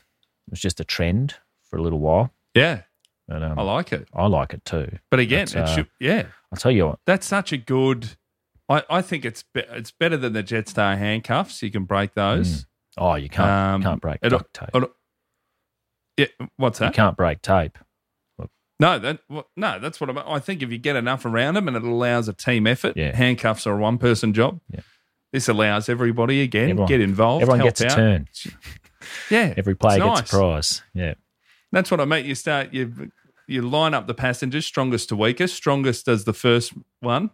It was just a trend for a little while. Yeah, And, um, I like it. I like it too. But again, But, uh, it should, yeah, I'll tell you what. that's such a good. I, I think it's be, it's better than the Jetstar handcuffs. You can break those. Oh, you can't can't break Um, it- oh, duct tape. it- yeah, what's You that? can't break tape. No, that well, no, that's what I'm, I think. If you get enough around them and it allows a team effort, handcuffs are a one person job. This allows everybody again Everyone- get involved. Everyone help gets a out. turn. Yeah, Every player it's gets a prize. Yeah. That's what I meant. You start you you line up the passengers, strongest to weakest. Strongest does the first one,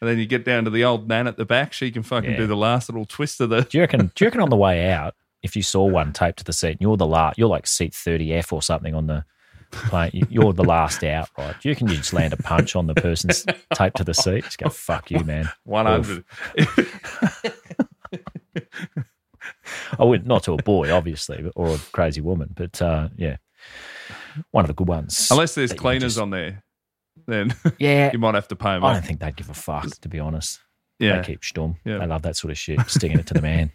and then you get down to the old nan at the back. She can fucking Yeah. do the last little twist of the. Do you reckon? do you reckon on the way out, if you saw one taped to the seat, and you're the last, you're like seat thirty F or something on the plane. you- You're the last out, right? Do you reckon you just land a punch on the person's taped to the seat? Just go fuck you, man. One hundred. Oof. I wouldn't, oh, not to a boy, obviously, but- or a crazy woman, but uh, yeah, one of the good ones. Unless there's that you cleaners just- on there, then Yeah. you might have to pay them. I don't think they'd give a fuck, to be honest. Yeah. They keep stum. Yeah. They love that sort of shit, sticking it to the man.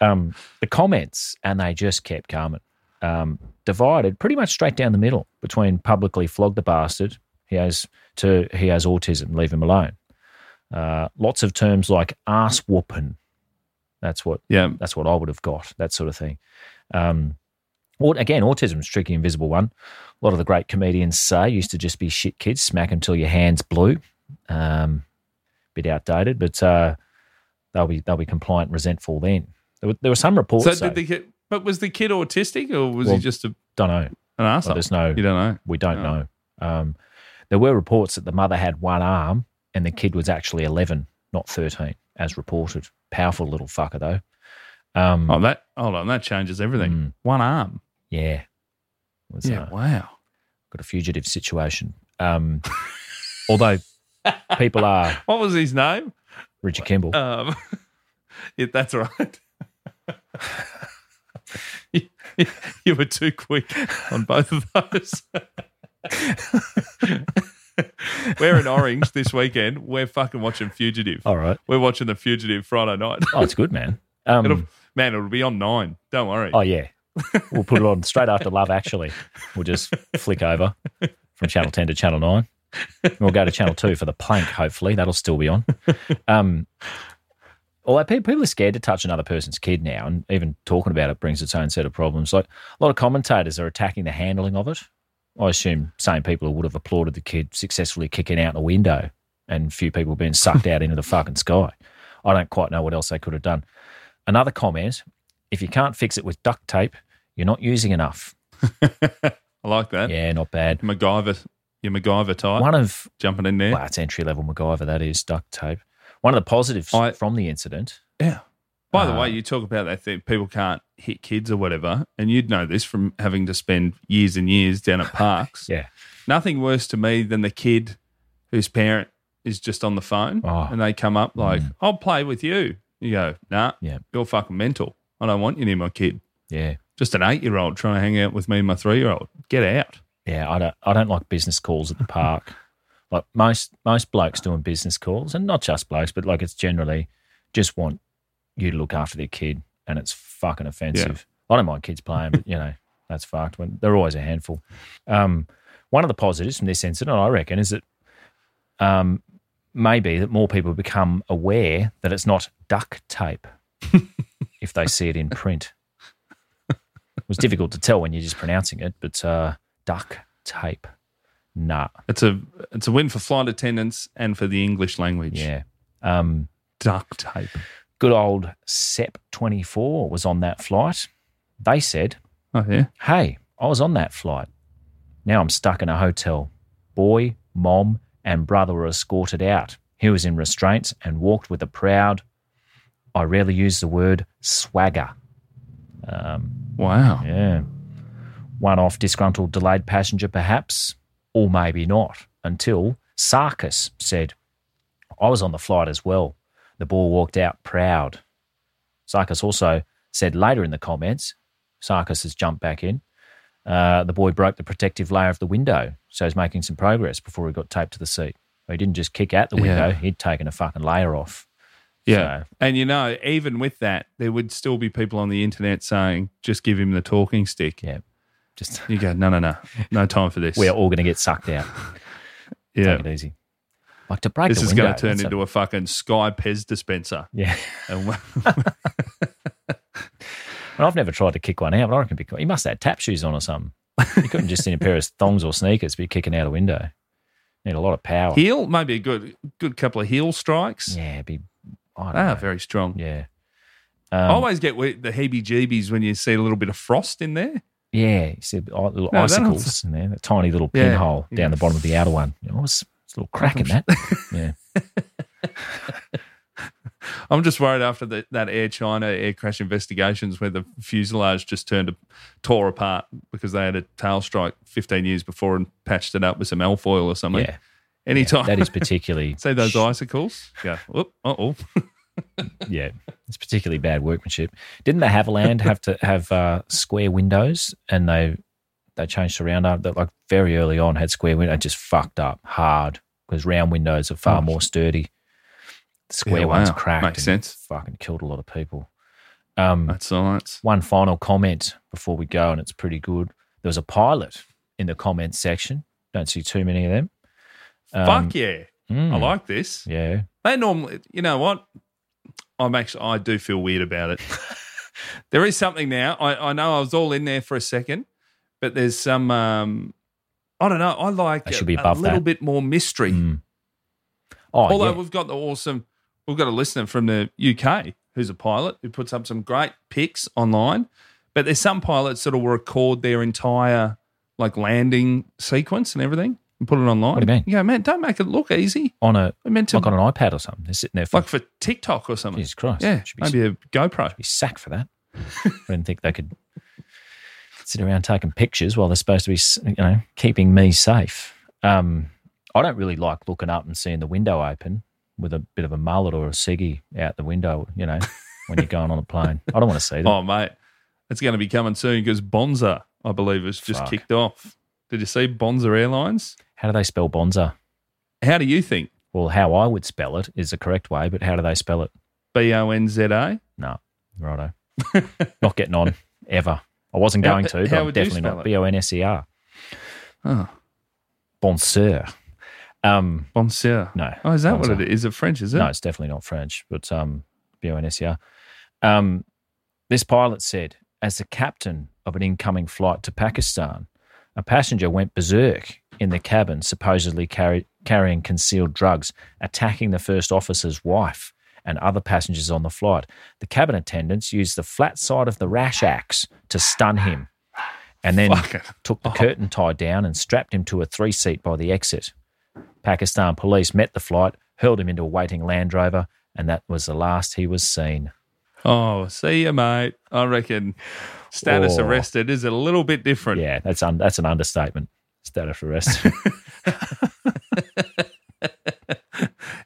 Um, the comments, and they just kept coming, um, divided pretty much straight down the middle between publicly flog the bastard, he has, to he has autism, leave him alone. Uh, lots of terms like ass whooping. That's what yeah. That's what I would have got. That sort of thing. Um, aut- again, autism's a tricky, invisible one. A lot of the great comedians say used to just be shit kids, smack until your hands blue. Um, bit outdated, but uh, they'll be they'll be compliant, and resentful then. There were, there were some reports. So though. did the kid? But was the kid autistic, or was Well, he just a? Don't know. An arsehole. Well, there's no. You don't know. We don't No. know. Um, there were reports that the mother had one arm and the kid was actually 11, not 13, as reported. Powerful little fucker though. Um, Oh, that hold on, that changes everything. Mm. One arm. Yeah. Was, uh, Yeah, wow. Got a fugitive situation. Um, although people are What was his name? Richard Kimball. Um, yeah, that's right. you were too quick on both of those. we're in Orange this weekend. We're fucking watching Fugitive. All right. We're watching The Fugitive Friday night. Oh, it's good, man. Um, it'll, man, it'll be on nine. Don't worry. Oh yeah, we'll put it on straight after Love Actually. We'll just flick over from Channel Ten to Channel Nine. And we'll go to Channel Two for the plank. Hopefully, that'll still be on. Um, Or like pe- people are scared to touch another person's kid now, and even talking about it brings its own set of problems. Like a lot of commentators are attacking the handling of it. I assume same people who would have applauded the kid successfully kicking out a window, and few people being sucked out into the fucking sky. I don't quite know what else they could have done. Another comment: if you can't fix it with duct tape, you're not using enough. I like that. Yeah, not bad. MacGyver, your MacGyver type. One of jumping in there. Well, it's entry level MacGyver. That is duct tape. One of the positives I- from the incident. Yeah. By the Uh, way, you talk about that thing, people can't hit kids or whatever, and you'd know this from having to spend years and years down at parks. Yeah. Nothing worse to me than the kid whose parent is just on the phone Oh. Mm. and they come up like, I'll play with you. You go, nah, Yeah. you're fucking mental. I don't want you near my kid. Yeah. Just an eight year old trying to hang out with me and my three year old. Get out. Yeah, I don't I don't like business calls at the park. like most most blokes doing business calls, and not just blokes, but like it's generally just want you to look after their kid, and it's fucking offensive. I don't mind kids playing, but you know that's fucked. When they're always a handful. Um, one of the positives from this incident, I reckon, is that um, maybe that more people become aware that it's not duct tape if they see it in print. It was difficult to tell when you're just pronouncing it, but uh, duct tape. Nah. It's a it's a win for flight attendants and for the English language. Yeah. Um, Duct tape. good old SEP 24 was on that flight. They said, Oh yeah. Hey, I was on that flight. Now I'm stuck in a hotel. Boy, mom, and brother were escorted out. He was in restraints and walked with a proud, I rarely use the word swagger. Um, Wow. yeah. One off disgruntled delayed passenger, perhaps, or maybe not, until Sarkis said, I was on the flight as well. The boy walked out proud. Sarkis also said later in the comments, Sarkis has jumped back in. Uh, the boy broke the protective layer of the window, so he's making some progress before he got taped to the seat. He didn't just kick at the window, Yeah. he'd taken a fucking layer off. Yeah. And you know, even with that, there would still be people on the internet saying, just give him the talking stick. Yeah. Just You go, no, no, no. No time for this. we're all going to get sucked out. yeah. Take it easy. Like to break This the is window. going to turn that's a- into a fucking Sky Pez dispenser. yeah. And we- Oh. Well, I've never tried to kick one out, but I reckon it'd be cool. You must have had tap shoes on or something. You couldn't just in a pair of thongs or sneakers be kicking out a window. Need a lot of power. heel, maybe a good good couple of heel strikes. Yeah, it'd be. I don't Ah, Oh. know. very strong. Yeah. I Um, always get we- the heebie jeebies when you see a little bit of frost in there. yeah, you see the i- little No, that's- icicles in there, that tiny little Yeah. pinhole Yeah. down the bottom of the outer one. You know, it's, it's a little crack in that. yeah. I'm just worried after the, that Air China air crash investigations where the fuselage just turned a, tore apart because they had a tail strike 15 years before and patched it up with some alfoil or something. Yeah. Anytime. That is particularly. See those icicles? Go, whoop, uh oh. yeah, it's particularly bad workmanship. Didn't the Haviland have to have uh, square windows, and they they changed around after that? Like very early on, had square windows, just fucked up hard because round windows are far Oh. more sturdy. The square Yeah, ones wow. cracked. Makes and sense. Fucking killed a lot of people. Um, That's science. one final comment before we go, and it's pretty good. There was a pilot in the comments section. Don't see too many of them. Um, Fuck yeah. I mm, like this. Yeah, They normally, you know what? I'm actually, I do feel weird about it. there is something now. I, I know I was all in there for a second, but there's some, um, I don't know. I like They a, should be a above little that. bit more mystery. Mm. Oh, Although yeah. we've got the awesome, we've got a listener from the UK who's a pilot who puts up some great pics online. But there's some pilots that will record their entire like landing sequence and everything and put it online. What do you mean? You go, man, don't make it look easy. on a I meant to- like on an iPad or something. They're sitting there for Like for TikTok or something. Jesus Christ. Yeah, Should be- maybe a GoPro. be sacked for that. I didn't think they could sit around taking pictures while they're supposed to be, s- you know, keeping me safe. Um, I don't really like looking up and seeing the window open with a bit of a mullet or a ciggy out the window, you know, when you're going on a plane. I don't want to see that. Oh, mate, it's going to be coming soon because Bonza, I believe, has just Fuck. kicked off. Did you see Bonza Airlines? How do they spell bonza? How do you think? Well, how I would spell it is the correct way, but how do they spell it? B O N Z A? No, righto. not getting on ever. I wasn't How- going to, but how I'm would you definitely spell not. it? B O N S E R. Oh, Bonsoir. Um, Bonsoir. No, Oh, is that what Bonza. it is? Is it French, is it? No, it's definitely not French, but um, BUNSER. Um, this pilot said, as the captain of an incoming flight to Pakistan, a passenger went berserk in the cabin, supposedly carry, carrying concealed drugs, attacking the first officer's wife and other passengers on the flight. The cabin attendants used the flat side of the rash axe to stun him and then took the curtain tie down and strapped him to a three seat by the exit. Pakistan police met the flight, hurled him into a waiting Land Rover, and that was the last he was seen. Oh, see you, mate. I reckon status Oh. arrested is a little bit different. Yeah, that's un- that's an understatement. Status arrest.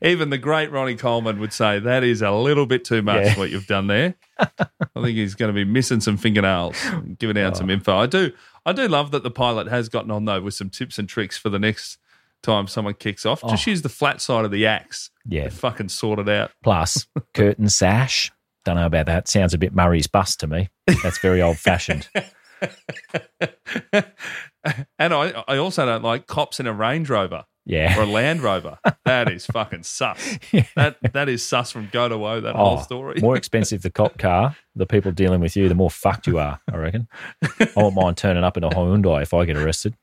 Even the great Ronnie Coleman would say that is a little bit too much Yeah. what you've done there. I think he's going to be missing some fingernails, giving out Oh. some info. I do, I do love that the pilot has gotten on though with some tips and tricks for the next time someone kicks off. Just use the flat side of the axe. Oh. Yeah. They fucking sort it out. Plus, curtain sash. Don't know about that. Sounds a bit Murray's bust to me. That's very old fashioned. And I, I also don't like cops in a Range Rover. Yeah. Or a Land Rover. That is fucking sus. That that is sus from go to woe, that whole story. Oh, more expensive the cop car, the people dealing with you, the more fucked you are, I reckon. I won't mind turning up in a Hyundai if I get arrested.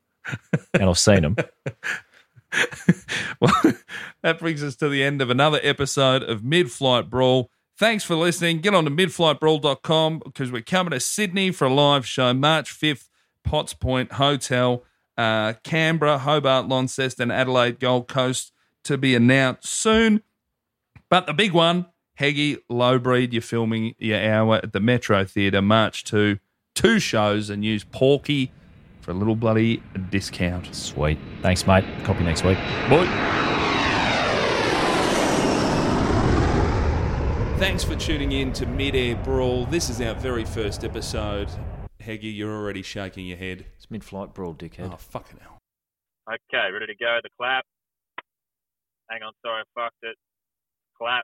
And I've seen them. that brings us to the end of another episode of Mid Flight Brawl. Thanks for listening. Get on to midflightbrawl.com because we're coming to Sydney for a live show March 5th, Potts Point Hotel, uh, Canberra, Hobart, Launceston, Adelaide, Gold Coast to be announced soon. But the big one, Heggy Lowbreed, you're filming your hour at the Metro Theatre, March 2, two shows, and use Porky for a little bloody discount. Sweet. Thanks, mate. Copy next week. Boy. Thanks for tuning in to Mid Air Brawl. This is our very first episode. Heggy, you're already shaking your head. It's mid flight brawl, dickhead. Oh, fucking hell. Okay, ready to go. The clap. Hang on, sorry, I fucked it. Clap.